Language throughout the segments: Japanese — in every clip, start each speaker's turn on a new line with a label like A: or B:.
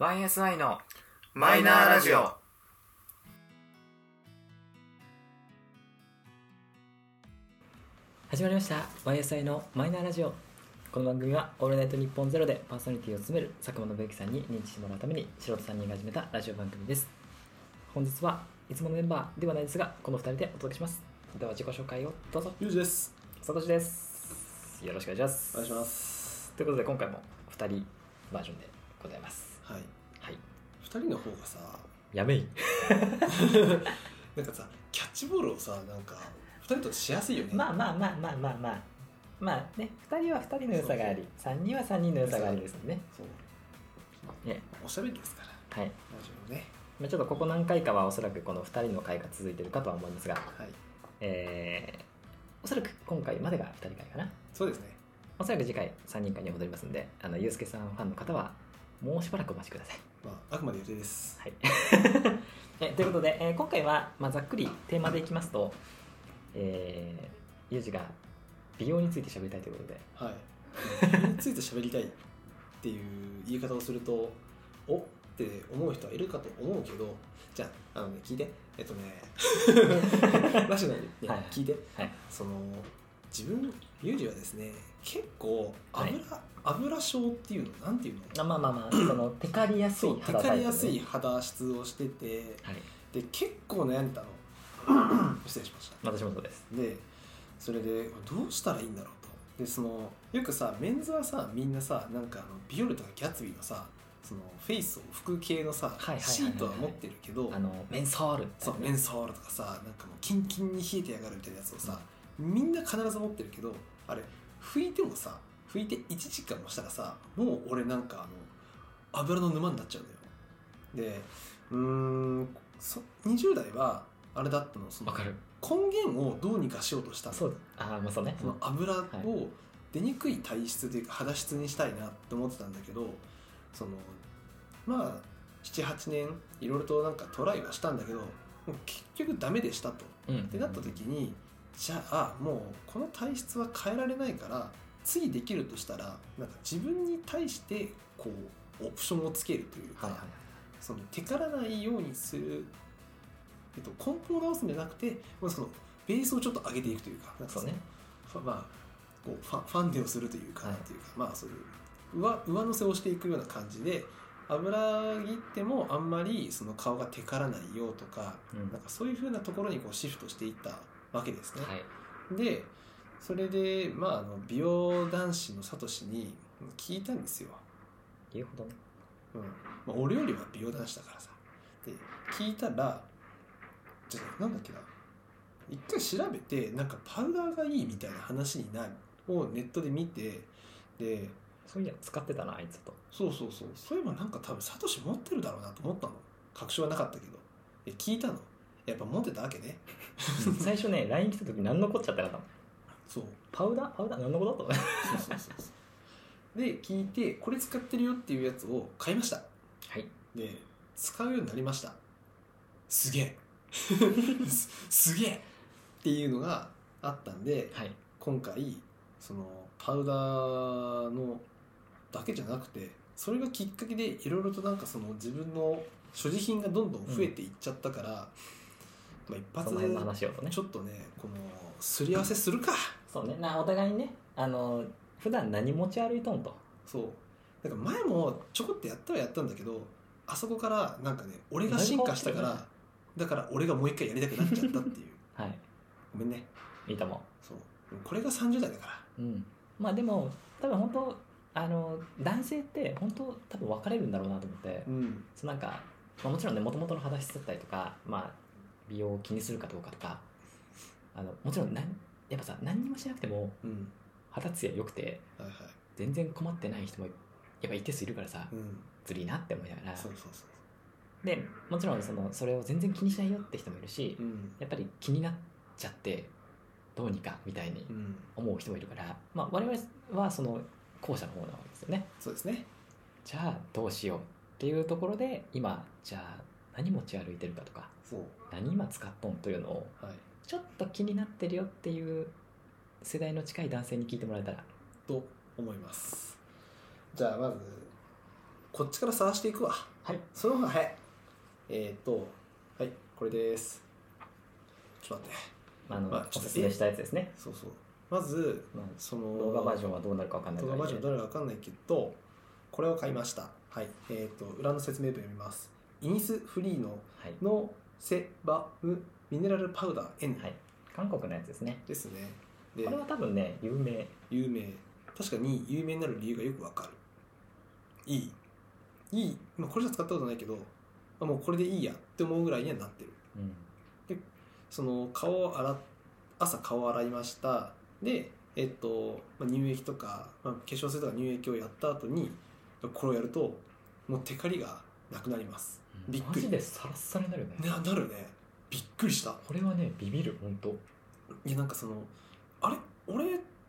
A: YSI の
B: マイナーラジオ。
C: 始まりました YSI のマイナーラジオこの番組は「オールナイトニッポンゼロでパーソナリティを務める佐久間信之さんに認知してもらうために素人3人が始めたラジオ番組です本日はいつものメンバーではないですがこの2人でお届けしますでは自己紹介をどうぞ
D: ゆうじです。
C: サトシですよろしくお願いします
D: お願いします。
C: ということで今回も2人バージョンでございます
D: はい。
C: はい
D: 二人の方がさ、
C: やめい
D: なんかさ、キャッチボールをさ、なんか二人としやすいよね。
C: まあまあまあまあまあまあまあね2人は2人の良さがあり3人は3人の良さがありですね
D: そう。
C: ね
D: おしゃべりですから。
C: はい
D: ラジオね。
C: まあ、ちょっとここ何回かはおそらくこの2人の会が続いてるかとは思いますが、
D: はい。
C: えーおそらく今回までが2人会かな
D: そうですね。
C: おそらく次回3人会に戻りますんであのゆうすけさんファンの方はもうしばらくお待ちください、
D: まああくまで予定です。
C: はい、えということで、えー今回は、まあ、ざっくりテーマでいきますと、えー、ゆうじが美容について喋りたいという ことで
D: はい。 それについて喋りたいっていう言い方をすると、おって思う人はいるかと思うけど、じゃああのね聞いて。えっ とね、ラジオなんで、ね
C: はい
D: 聞いて。
C: はい
D: その自分ユージはですね結構油、油症っていうのなんていうの
C: あまあま あまあそのテカリやす
D: そ
C: い
D: うテ
C: 肌
D: カ
C: タイプ
D: り
C: ね
D: やすい肌質をしてて
C: はい、
D: で結構悩んでたの 失礼しました
C: 私もそうです
D: でそれでどうしたらいいんだろうとでそのよくさメンズはさみんなさなんかあのビオレとかギャツビーのさそのフェイスを拭く系のさ
C: いはいはいはい
D: シートは持ってるけど
C: あのメンソール
D: そうメンソールとかさなんかもうキンキンに冷えてやがるみたいなやつをさ、みんな必ず持ってるけどあれ拭いてもさ拭いて1時間もしたらさもう俺なんかあの油の沼になっちゃうんだよでうーんそ20代はあれだったのその
C: わかる
D: 根源をどうにかしようとしたの
C: そうああまあそうね
D: その油を出にくい体質というか肌質にしたいなって思ってたんだけどそのまあ78年いろいろとなんかトライはしたんだけどもう結局ダメでしたと。
C: うん
D: ってなった時にじゃあもうこの体質は変えられないから次できるとしたらなんか自分に対してこうオプションをつけるというか、
C: はいはい
D: その手からないようにする、えっと、根本を直すんじゃなくて、まあ、そのベースをちょっと上げていくというかなんか
C: そうね
D: ファまあ、こうファファンデをするというか、
C: はい
D: というかまあそういう上上乗せをしていくような感じで油切ってもあんまりその顔がテカらないよとか,、
C: うん
D: なんかそういうふうなところにこうシフトしていったわけですね。
C: はい
D: でそれで、まあ、あの美容男子のサトシに聞いたんですよ。
C: 言うほどね
D: うんまあ、俺よりは美容男子だからさ。で聞いたらじゃあなんだっけな一回調べてなんかパウダーがいいみたいな話になるをネットで見てで
C: そういや使ってたなあいつと
D: そうそうそうそういえばなんか多分サトシ持ってるだろうなと思ったの確証はなかったけどで聞いたのやっぱ持ってたわけね
C: 最初ね LINE 来た時何のこっちゃったかと思う
D: そう
C: パウダーパウダー何のことだと
D: そうそうそうそうで聞いてこれ使ってるよっていうやつを買いました
C: はい
D: で使うようになりましたすげ えすすげえっていうのがあったんで
C: はい
D: 今回そのパウダーのだけじゃなくてそれがきっかけでいろいろとなんかその自分の所持品がどんどん増えていっちゃったから、まあ、一
C: そ
D: 発
C: の辺の話をとね
D: ちょっとねこのすり合わせするか
C: そうねなお互いにねあの普段何持ち歩いとんと
D: そうなんか前もちょこっとやったはやったんだけどあそこからなんかね俺が進化したか
C: だいぶ変わ
D: らだから俺がもう一回やりたくなっちゃったっていう
C: はい
D: ごめんね
C: いいと思
D: そうこれが30代だから
C: ううんまあでも多分本当あの男性って本当多分分かれるんだろうなと思って
D: うん
C: そうなんか、まあ、もちろんねもともとの肌質だったりとか、まあ、美容を気にするかどうかとかあのもちろんなんやっぱさ何にもしなくても
D: うん
C: 肌ツヤ良くて
D: はいはい
C: 全然困ってない人もやっぱ一定数いるからさ
D: うん
C: ずるいなって思いながら
D: そうそうそ
C: でもちろんそのそれを全然気にしないよって人もいるし
D: ううん
C: やっぱり気になっちゃってどうにかみたいに
D: うん
C: 思う人もいるから、まあ、我々はその後者の方なわけですよね
D: そうですね
C: じゃあどうしようっていうところで今じゃあ何持ち歩いてるかとか
D: そう
C: 何今使っとんというのを
D: はい
C: ちょっと気になってるよっていう世代の近い男性に聞いてもらえたら
D: と思いますじゃあまずこっちから探していくわ
C: はい
D: その方が早いえー、っとはいこれですちょっと待って
C: あの、
D: まあち
C: お
D: ょっ
C: す
D: と
C: すめしたやつですね、
D: そうそうまず
C: まあ、
D: その
C: 動画バージョンはどうなるかわかんない
D: 動
C: から
D: 画バージョンどれか分かんないけどこれを買いましたはいえー、と裏の説明文読みますイニスフリーの
C: はい、
D: ノセバムミネラルパウダー N
C: はい、韓国のやつですね
D: ですねで
C: これは多分ね有名
D: 有名確かに有名になる理由がよくわかるいいいい、まあ、これじゃ使ったことないけどあもうこれでいいやって思うぐらいにはなってる
C: うん
D: その顔を洗っ朝顔を洗いましたでえっと、まあ、乳液とか、まあ、化粧水とか乳液をやった後にこれをやるともうテカリがなくなりますびっく
C: マ
D: り
C: ジでサラッサラになるよね
D: ななるねびっくりした
C: これはねビビる本当
D: いやなんかそのあれ俺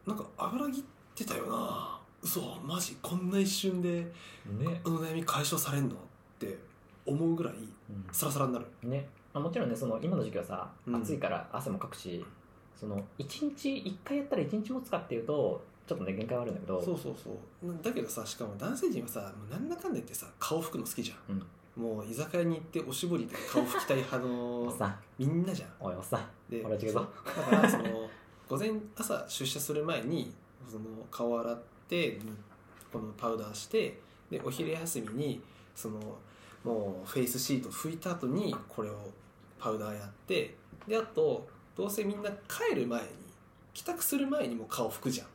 D: なんか油切ってたよな嘘マジこんな一瞬で
C: ね
D: あ、の悩み解消されんのって思うぐらい
C: うん
D: サラサラになる
C: ね、あもちろんねその今の時期はさ
D: うん
C: 暑いから汗もかくし、その1日1回やったら1日持つかっていうとちょっとね限界はあるんだけど
D: そうそうそうなだけどさしかも男性陣はさもうなんだかんだ言ってさ顔拭くの好きじゃん、もう居酒屋に行っておしぼりで顔拭きたい派
C: お
D: の
C: っさん
D: みんなじゃん
C: おいおっさん
D: で
C: 俺は違うぞ
D: そうだからその午前朝出社する前にその顔洗ってぬこのパウダーしてでお昼休みにそのもうフェイスシート拭いた後にこれをパウダーやってであとどうせみんな帰る前に帰宅する前にもう顔拭くじゃん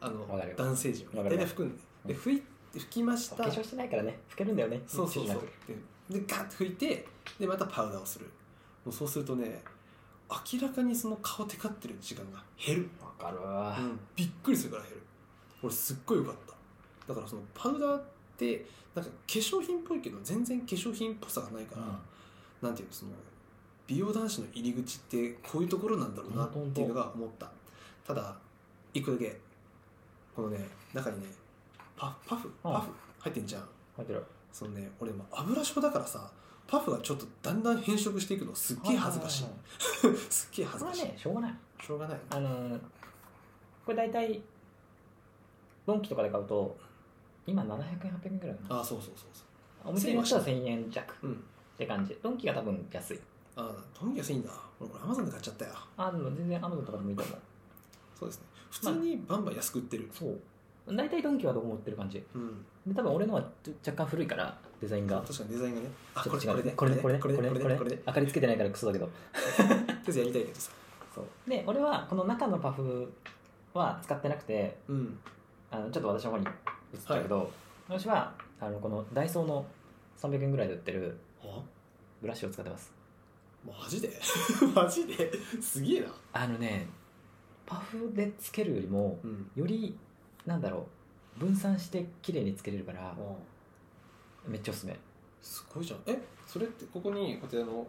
D: あの
C: わかるよ
D: 男性陣
C: わ
D: は
C: かる
D: 大体
C: よ
D: 拭くんで
C: うん
D: で拭い拭きまし
C: お
D: た
C: 化粧してないからね老けるんだよね
D: そうそうそ
C: 一時
D: う
C: なく
D: ででガッと拭いてでまたパウダーをするもうそうするとね明らかにその顔テカってる時間が減る、
C: わかるわ、
D: うんびっくりするから減る俺すっごい良かっただからそのパウダーってなんか化粧品っぽいけど全然化粧品っぽさがないから、なんていうのその美容男子の入り口ってこういうところなんだろうなっていうのが思ったただ一個だけこのね中にねパパフパフ入ってんじゃん
C: 入ってる
D: そのね俺も油症だからさパフがちょっとだんだん変色していくのすっげえ恥ずかしい
C: はは
D: すっげえ恥ず
C: ははこ
D: かし
C: れ
D: い、
C: はねしょうがない
D: しょうがない
C: あのーこれ大体ドンキとかで買うと今700円800円ぐらいかな
D: あそうそうそうそ
C: お店によっては1000円弱っ
D: ううん
C: て感じドンキが多分安い
D: あトミキ安いんだ俺これアマゾンで買っちゃったよ
C: あでも全然アマゾンとかでもいいと思う
D: そうですね普通にバンバン安く売ってる、
C: そう大体ドンキはどこも売ってる感じ
D: うん
C: で多分俺のは若干古いからデザインが
D: 確かにデザインがねあ
C: ち
D: こ
C: ょっ
D: れ
C: と
D: これ
C: 違
D: で
C: うこれねこれね
D: こ
C: こ
D: れ
C: れ
D: で
C: ね
D: こ
C: これ
D: れで
C: ね
D: これで
C: 明かりつけてないからクソだけど
D: とりあえずやりたいけどさ
C: そうで俺はこの中のパフは使ってなくて
D: うん
C: あのちょっと私の方に移ったけど、私はあのこのダイソーの300円ぐらいで売ってる
D: あ
C: ブラシを使ってます
D: マジで マジですげえな
C: あのねパフでつけるよりも
D: うん
C: よりなんだろう分散して綺麗につけれるからめっちゃおすすめ
D: すごいじゃんえそれってここにこうやってあのどう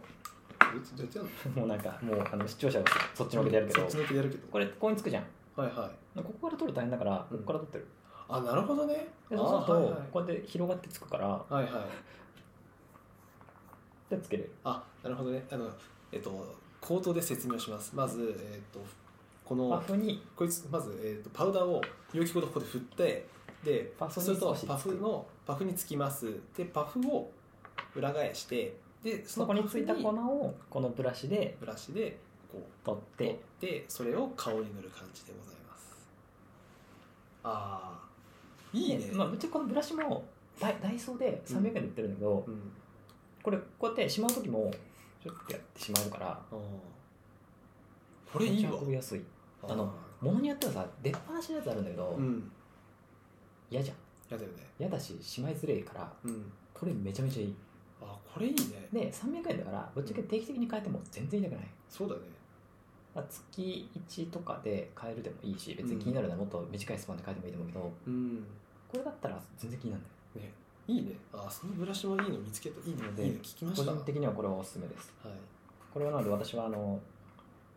D: やってどうやってやる の
C: もうなんかもうあの視聴者がそっちのけでやるけど、
D: そっち向けでやるけど
C: これここにつくじゃん
D: はいはい
C: ここから撮ると大変だから、
D: うん
C: ここから撮ってる
D: あなるほどね
C: でそうすると、
D: あ
C: こうやって広がってつくから
D: はいはい、はいはい、
C: でつけれる
D: あなるほどねあのえっと口頭で説明をしますまずえっとこ
C: パ
D: の
C: フに
D: こいつまず、えっとパウダーを容器ごとここで振ってで
C: パフ
D: そう
C: に
D: すると
C: 少し
D: パフのパフにつきますでパフを裏返してで
C: そこについた粉
D: この
C: をこのブラシで
D: ブラシでこう
C: 取っ
D: 取っててそれを顔に塗る感じでございますああいいね、
C: でまあ、ぶっちゃけこのブラシもダイダイソーで300円で売ってるんだけど、
D: うん
C: これこうやってしまう時もちょっとやってしまうから
D: あーこれいいわ
C: 持ち運びやすいあのものによってはさ出っ放しのやつあるんだけど
D: あーうん
C: 嫌、じゃん
D: やだよね
C: 嫌だししまいづれえから
D: うん
C: これめちゃめちゃいい
D: あこれいいね
C: で300円だからぶっちゃけ定期的に変えても全然痛くない
D: そうだね
C: まあ月1とかで変えるでもいいし別に気になるならもっと短いスパンで変えてもいいと思うけど、
D: うん
C: これだったら全然気にならない
D: ねいいねあそのブラシもいいの見つけたいいの
C: で
D: いいの聞きま
C: 個
D: した
C: 人
D: はい
C: 的にはこれはおすすめですこれはなので私はあの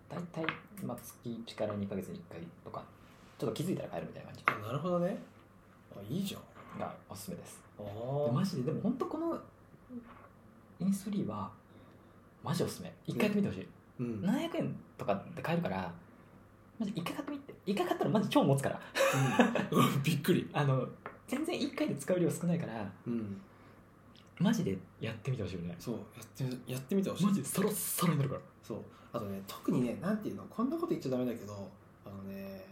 C: 大体、まあ、月1から2ヶ月に1回とかちょっと気づいたら変えるみたいな感
D: あなるほどねあいいじゃん
C: じがおすすめです
D: あ
C: で
D: ー
C: マジででも本当このインスリーはマジおすすめ一回やってみてほしい、
D: うん、うん、
C: 700円とかで買えるからマジ一回買ってみて一回買ったらマジ超持つから
D: うわびっくり
C: あの全然1回で使う量少ないから
D: うん
C: マジでやってみてほしいよね
D: そうやってやってみてほしい
C: マジでサラッサラになるから
D: そうあとね特にねなんていうのこんなこと言っちゃダメだけどあのね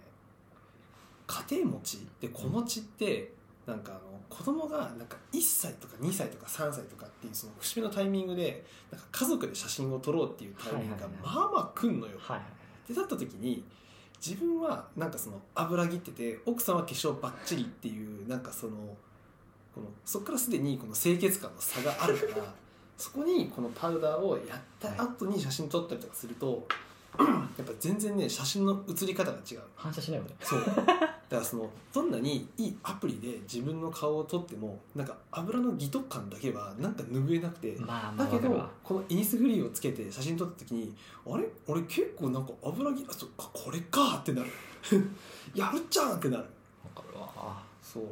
D: 家庭持ちで子持ちって、なんかあの子供がなんか1歳とか2歳とか3歳とかっていうその節目のタイミングでなんか家族で写真を撮ろうっていうタイミング
C: は
D: が
C: いはい
D: ま
C: は
D: あまあ来んのよ。
C: はい
D: でだった時に自分はなんかその油切ってて奥さんは化粧バッチリっていうなんかそのこのそこからすでにこの清潔感の差があるから そこにこのパウダーをやった後に写真撮ったりとかすると やっぱ全然ね写真の写り方が違う
C: 反射しないよね
D: そう だからそのどんなにいいアプリで自分の顔を撮ってもなんか油のギト感だけはなんか拭えなくて
C: まあま
D: だ
C: あ
D: け
C: わかる
D: ど
C: わ
D: このイニスフリーをつけて写真撮った時にあれ俺結構なんか油ぎあそっかこれかってなる やるじゃんってなる
C: わかるわ
D: そう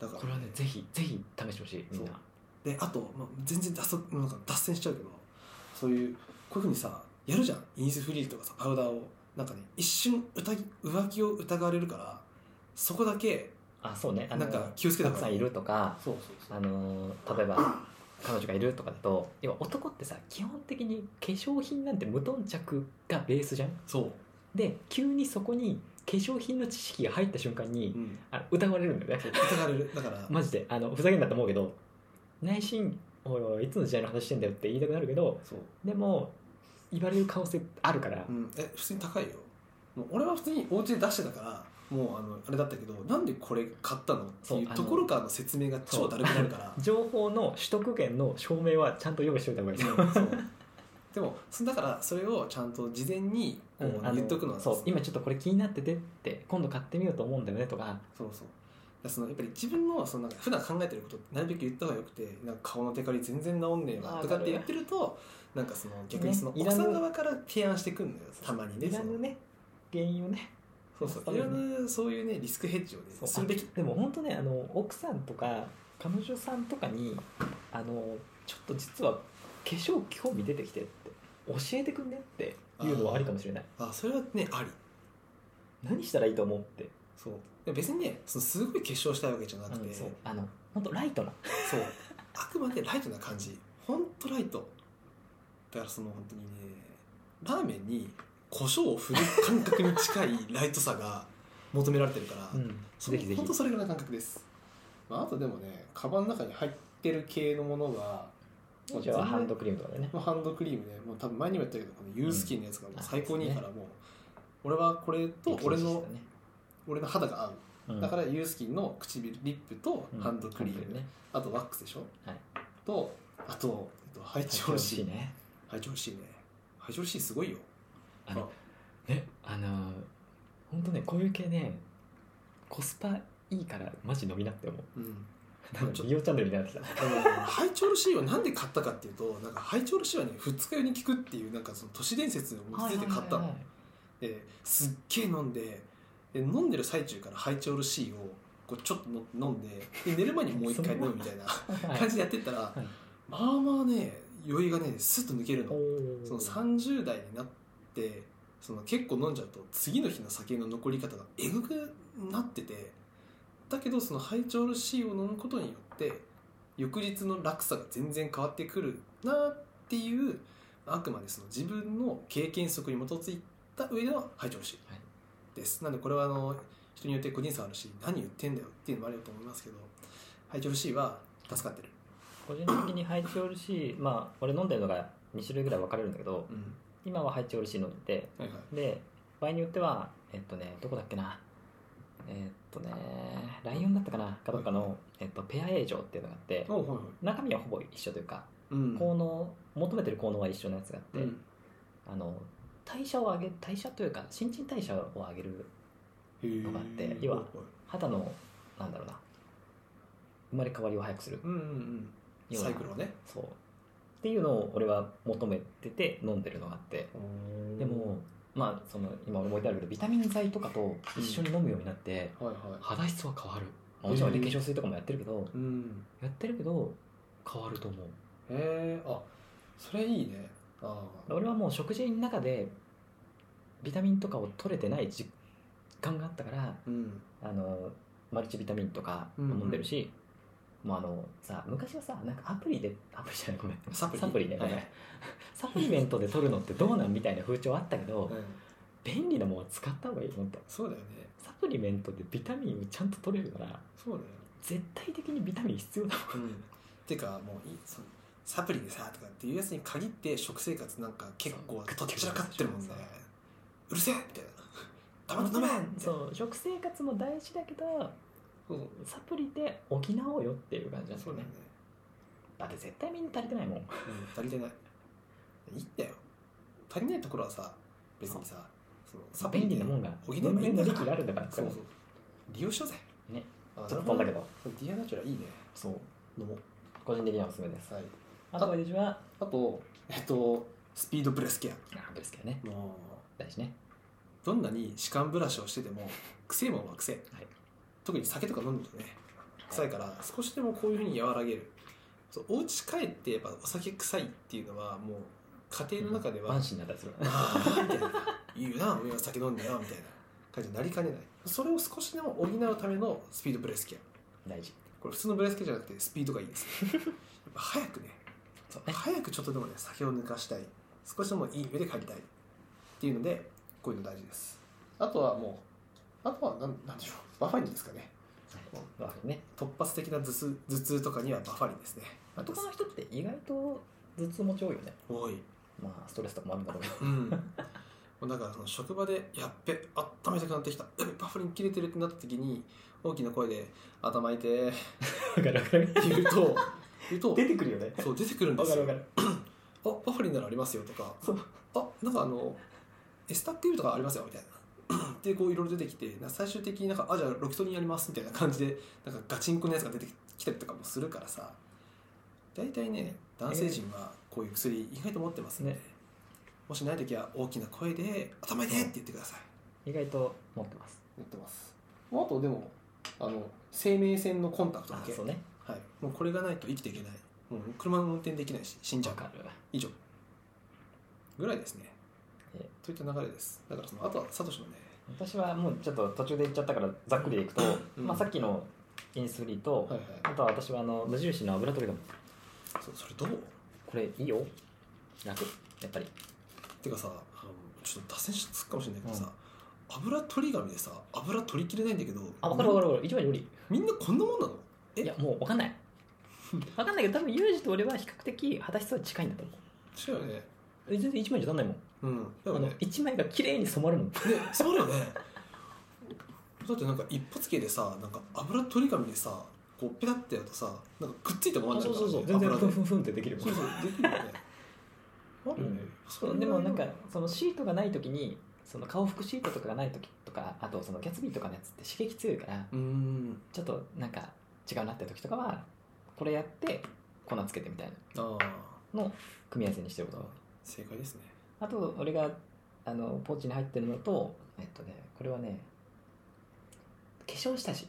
D: だから
C: これはねぜひぜひ試してほしいみんな
D: そであと、まあ、全然脱足なんか脱線しちゃうけどそういうこういうふうにさやるじゃんイニスフリーとかさパウダーをなんかね一瞬疑浮気を疑われるからそこだけ
C: あそうねあ
D: なんか気をつけた
C: た
D: 方
C: く
D: が
C: さんいるとか
D: そうそうそう
C: あのー例えば彼女がいるとかだと要は男ってさ基本的に化粧品なんて無頓着がベースじゃん
D: そ
C: で急にそこに化粧品の知識が入った瞬間に
D: う、うん、
C: あの疑われるんだよね
D: そう疑われる だから
C: マジであのふざけんなと思うけど内心おいおいいつの時代の話してんだよって言いたくなるけど
D: そう
C: でも言われる可能性あるから、
D: うん、え普通に高いよもう俺は普通にお家で出してたからもうあのあれだったけどなんでこれ買ったのって
C: そう
D: い
C: あ
D: う
C: の
D: ところからの説明が超だるくなるから
C: 情報の取得権の証明はちゃんと用意しておいた方がいいですよ、
D: うんそうでもそだからそれをちゃんと事前にこう
C: あの
D: 言っとくのは
C: そう今ちょっとこれ気になっててって今度買ってみようと思うんだよねとか
D: そうそうだからそのやっぱり自分のそのなんか普段考えてることってなるべく言った方がよくてなんか顔のテカリ全然治んねえ
C: あ
D: わ
C: ー
D: とかっ
C: わかる
D: て言ってるとなんかその逆にその
C: ねい
D: 奥
C: らぬ
D: さん側から提案してくんのよたまにね
C: いらぬね原因をね
D: そうそういらぬそういうねリスクヘッジをね
C: そう
D: するべき
C: あでも本当ねあの奥さんとか彼女さんとかにあのちょっと実は化粧興味出てきてって教えてくんねっていうのはありかもしれない
D: あそれはねあり
C: 何したらいいと思うって
D: そうで別にねそのすごい結晶したいわけじゃなくて、
C: うん
D: そ
C: そううあの本当ライトな
D: あくまでライトな感じほんとライトだからその本当にねラーメンに胡椒を振る感覚に近いライトさが 求められてるから、そ
C: ぜひぜひ
D: ほんとそれぐらいの感覚です、まあ、あとでもねカバンの中に入ってる系のものがもう
C: じゃあ
D: 全然
C: ハンドクリームとかでね
D: このハンドクリームねもう多分前にも言ったけどこのユースキンのやつがもう最高にいいからもう、俺はこれと俺の俺の肌が合うだかららユースキンの唇リップとハンドクリーム、
C: ね
D: あとワックスでしょ、
C: はい
D: とあとえっとハイチョロシー
C: ね
D: ハイチョロシーねハイチョロシーすごいよ
C: あのねあの本当ねこういう系ねコスパいいからマジ飲みなって 思う
D: うん、
C: なんか美容チャンネルみたいになってきた
D: あのハイチョロシーはなんで買ったかっていうとなんかハイチョロシーはね二日酔いに効くっていうなんかその都市伝説をついて買っ
C: はいは
D: たの、
C: いはいはい
D: ですっげえ飲んでで飲んでる最中からハイチョロシーをこうちょっとの飲んでで寝る前にもう一回飲むみたいな感じでやってったら、
C: い
D: まあまあね酔いがねスッと抜けるのその
C: 3
D: 30代になってその結構飲んじゃうと次の日の酒の残り方がえぐくなっててだけどそのハイチョール C を飲むことによって翌日の落差が全然変わってくるなっていうあくまでその自分の経験則に基づいた上でのハイチョール C
C: はい
D: です、なのでこれはあの人によって個人差あるし何言ってんだよっていうのもあると思いますけどハイチョール C は助かってる、
C: 個人的にハイチオールシーまあ俺飲んでるのが2種類ぐらい分かれるんだけど
D: うん
C: 今はハイチオールシー飲んでて
D: はいはい、
C: で場合によってはえっとねどこだっけなえっとねライオンだったかなかどっかの、えっと、ペア営業っていうのがあって
D: おうはいはい
C: 中身はほぼ一緒というか
D: うん
C: 効能求めてる効能は一緒のやつがあって、
D: うん
C: あの代謝を上げ代謝というか新陳代謝を上げる
D: の
C: があって要は肌のなんだろうな生まれ変わりを早くする
D: うんうんうん
C: ような
D: サイクルをね
C: そうっていうのを俺は求めてて飲んでるのがあってでもまあその今俺も言ってあるけどビタミン剤とかと一緒に飲むようになって、
D: はいは
C: 肌質は変わる、まあ、もちろんね
D: へ
C: 化
D: ー
C: 粧水とかもやってるけど
D: いうん
C: やってるけど変わると思う
D: へえあそれいいねああ
C: 俺はもう食事の中でビタミンとかを取れてない時間があったから
D: うん
C: あのマルチビタミンとか
D: うん
C: 飲
D: うん
C: んでるし、もうあのさ昔はさなんかアプリでアプリじゃないごめん
D: サプリ
C: サプリねご
D: はい
C: めん サプリメントで取るのってどうなんみたいな風潮あったけど、
D: うん
C: 便利なものは使った方がいいと思った
D: そうだよね
C: サプリメントでビタミンをちゃんと取れるから
D: そうだよ、
C: 絶対的にビタミン必要だもん
D: うん、てかもういそのサプリでさとかっていうやつに限って食生活なんか結構
C: そう
D: とっちらかってるもんね
C: そう
D: うるせえみたいな黙って飲めみたいな
C: そう食生活も大事だけど
D: そう
C: サプリで補おうよっていう感じなんです
D: そ
C: よ
D: うだ
C: ね
D: よね、
C: だって絶対みんな足りてないもん
D: うん、足りてないいいんだよ足りないところはさ別にさそのサプリ
C: 便利
D: で
C: なもんが
D: 補えばいい
C: 全
D: ん
C: 然
D: だから
C: の力があるんだから
D: そうそう利用しようぜ
C: ね
D: あ
C: ちょっと飛んだけど
D: ディアナチュラいいね
C: そう
D: 飲もう
C: 個人的にはおすすめです
D: はい
C: あとは私は
D: あとえっとスピードブレスケア
C: あブレスケアね
D: も
C: 大事ね
D: うどんなに歯間ブラシをしてても癖もんは癖
C: はい
D: 特に酒とか飲むとね臭いから少しでもこういうふうに和らげるそうお家帰ってやっぱお酒臭いっていうのはもう家庭の中では、
C: 満身になったりする
D: ああみたいな言うなお前は酒飲んだよみたいな感じになりかねないそれを少しでも補うためのスピードブレスケア
C: 大事
D: これ普通のブレスケアじゃなくてスピードがいいですやっぱ早くねそう
C: ね
D: 早くちょっとでもね酒を抜かしたい少しでもいい上で帰りたいっていうのでこういうの大事ですあとはもうあとはなんなんでしょうバファリンですかね
C: はいわか るね
D: 突発的な頭痛頭痛とかにはバファリンですね
C: 男の人って意外と頭痛持ち多いよね
D: 多い
C: まあストレスとかもあるんだろうけど
D: うん、もうだからその職場でやっべ温めたくなってきたやべバファリン切れてるってなった時に大きな声で「頭痛いて」って
C: わかるわかる
D: 言うと言うと
C: 出てくるよね
D: そう出てくるんで
C: わか
D: す
C: る
D: よ
C: わかる
D: あバファリンならありますよとか
C: そう
D: あなんかあのエスタックルとかありますよみたいな でこういろいろ出てきてな最終的になんかあじゃあロキソニンやりますみたいな感じでなんかガチンコのやつが出てきたりとかもするからさ大体ね男性陣はこういう薬意外と持ってますね
C: ね
D: もしない時は大きな声で「頭痛い!」って言ってください
C: 意外と持ってます
D: 持ってますもうあとでもあの生命線のコンタクトだ
C: あ
D: け、
C: そうね
D: はい、もうこれがないと生きていけないもう車の運転できないし死んじゃ
C: わ
D: う
C: かる
D: 以上ぐらいですね
C: え
D: といった流れですだからそのあとはサトシのね
C: 私はもうちょっと途中で言っちゃったからざっくりでいくと、
D: うん
C: まあ、さっきのインスリと、
D: はい
C: あ
D: はい
C: とは私はあの無印の油取り紙
D: そそれどう
C: これいいよ楽やっぱり
D: てかさあのちょっと脱線するかもしれないけどさ、油取り紙でさ油取りきれないんだけど
C: あ分かる分かる分かる一番より
D: みんなこんなもんなのえ
C: いやもう分かんない分かんないけど多分ユージと俺は比較的果たしは近いんだと思
D: 違うよね
C: うえ全然1枚じゃ足んないもん、
D: うん
C: あ
D: だよ
C: の
D: ね
C: 1枚が綺麗に染まるもん
D: ね、そうだよね。だってなんか一発芸でさ、なんか油取り紙でさ、こうペタってやるとさ、なんかくっついてもらっちゃうから、ね、
C: 全然
D: 油
C: ふん
D: で。
C: ふんふんってできるも
D: そ
C: ん
D: うそう、できる よね。あるよね。そ
C: そうでもなんかそのシートがない時にその顔拭くシートとかがない時とかあとそのギャツビーとかのやつって刺激強いから
D: うーん。
C: ちょっとなんか違うなって時とかはこれやって粉つけてみたい
D: ああ、
C: なのを組み合わせにしてることが多い
D: 正解ですね。
C: あと俺があのポーチに入ってるのとえっとねこれはね化粧下地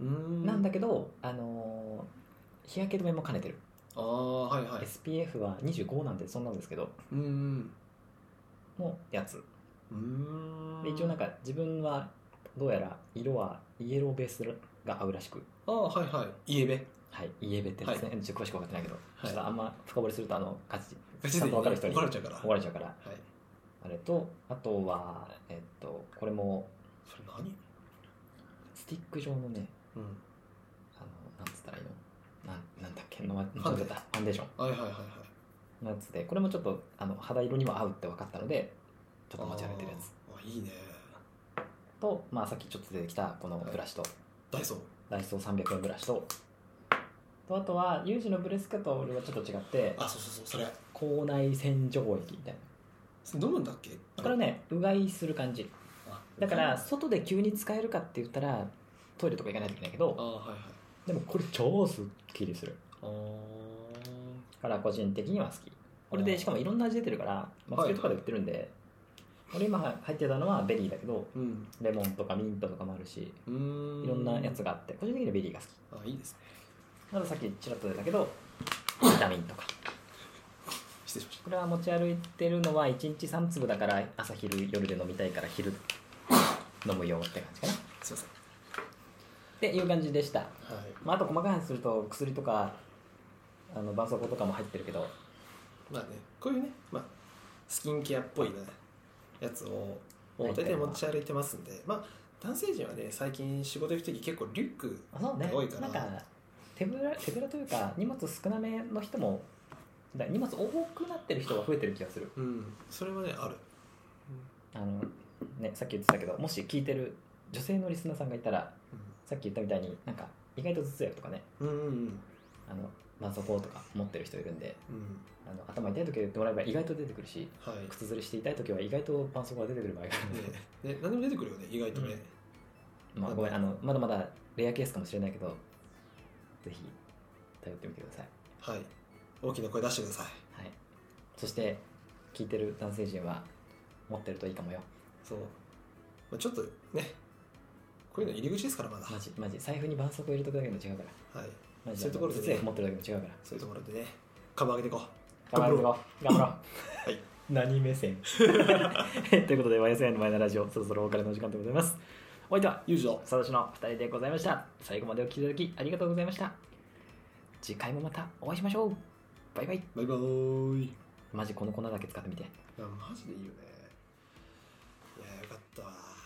D: うーん
C: なんだけど、あのー日焼け止めも兼ねてる、
D: ああ、はいはい。
C: SPF は25なんてそんなんですけど
D: うーん。
C: のやつ
D: うーん。
C: で一応なん
D: か。
C: か自分はどうやら色はイエローベースが合うらしく
D: ああ、はいはい。イエベ。
C: はいイエベってやつね、ちょっと詳しく分かってないけど、
D: はい
C: ちょっとあんま深掘りするとあの勝ち
D: ガ
C: ちゃんと分かる人に
D: 怒られちゃうから。
C: 怒
D: はい。
C: られちゃうからあれとあとはえっとこれも
D: それ何
C: スティック状のね
D: うん。
C: あのなんつったらいいのなんなんだっけのま
D: ァンデ
C: 忘れたファンデーショ
D: はいはいはいはい。
C: ンのやつでこれもちょっとあの肌色にも合うって分かったのでちょっと持ち歩いてるやつ
D: あー。あいいね。
C: と、まあ、さっきちょっと出てきたこのブラシと、
D: ダイソー。
C: ダイソー300円ブラシととあとはユージのブレスカと俺はちょっと違って
D: あ、そうそうそう、それ。
C: 口内洗浄液みたい
D: それ飲むんだっけ
C: なこれはねうがいする感じ
D: あ
C: だから外で急に使えるかって言ったらトイレとか行かないといけないけ
D: あ
C: ど
D: はいはい
C: でもこれ超すっきりする
D: あ
C: から個人的には好きこれでしかもいろんな味出てるから
D: はい
C: 祭りとかで売ってるんで、俺今入ってたのはベリーだけど
D: ーうん
C: レモンとかミントとかもあるし
D: うーん
C: いろんなやつがあって個人的にはベリーが好き
D: あいいですね
C: なのでさっきちらっと出たけ どビタミンとか
D: 失礼しまし
C: これは持ち歩いてるのは1日3粒だから朝昼夜で飲みたいから昼飲むよって感じかな
D: たすいませ
C: っ
D: ん
C: ていう感じでした、
D: はい
C: まあ、あと細かい話すると薬とかあの絆創膏とかも入ってるけど
D: まあねこういうね、まあ、スキンケアっぽい、ね、やつを
C: は
D: 大
C: い
D: 体持ち歩いてますんで、まあ、男性陣はね最近仕事行く時結構リュック
C: あそうね
D: 多いか
C: な
D: ら
C: んか手ぶら手ぶらというか荷物少なめの人もだ荷物多くなってる人が増えてる気がする
D: うんそれはねある
C: あの、ね、さっき言ってたけどもし聞いてる女性のリスナーさんがいたらさっき言ったみたいになんか意外と頭痛薬とかね
D: うんうんうん
C: あの絆創膏とか持ってる人いるんで
D: うん
C: あの頭痛い時は言ってもらえば意外と出てくるし
D: はい
C: 靴ずれして痛い時は意外と絆創膏が出てくる場合があるんで、
D: ねね何でも出てくるよね意外とね、
C: まあごめんあのまだまだレアケースかもしれないけどぜひ頼ってみてください
D: はい大きな声出してください
C: はい、そして聞いてる男性陣は持ってるといいかもよ
D: そう、まあ、ちょっとねこういうの入り口ですからまだ
C: マジマジ財布に絆創膏入れとくだけでも違うから
D: はい
C: マジ
D: そういうところでね
C: 頭痛薬持ってるだけでも違うか
D: そういうところでねカバー上げていこう
C: ら頑張ろう
D: 頑張ろ
C: 頑張ろう
D: はい
C: 何目 線ということで YSN のマイナラジオそろそろお別れのお時間でございますお相手は
D: うユージの
C: サトシの2人でございました最後までお聴きいただきありがとうございました次回もまたお会いしましょうバイバイ
D: バイバーイ
C: マジこの粉だけ使ってみて
D: いやマジでいいよねいやよかったわ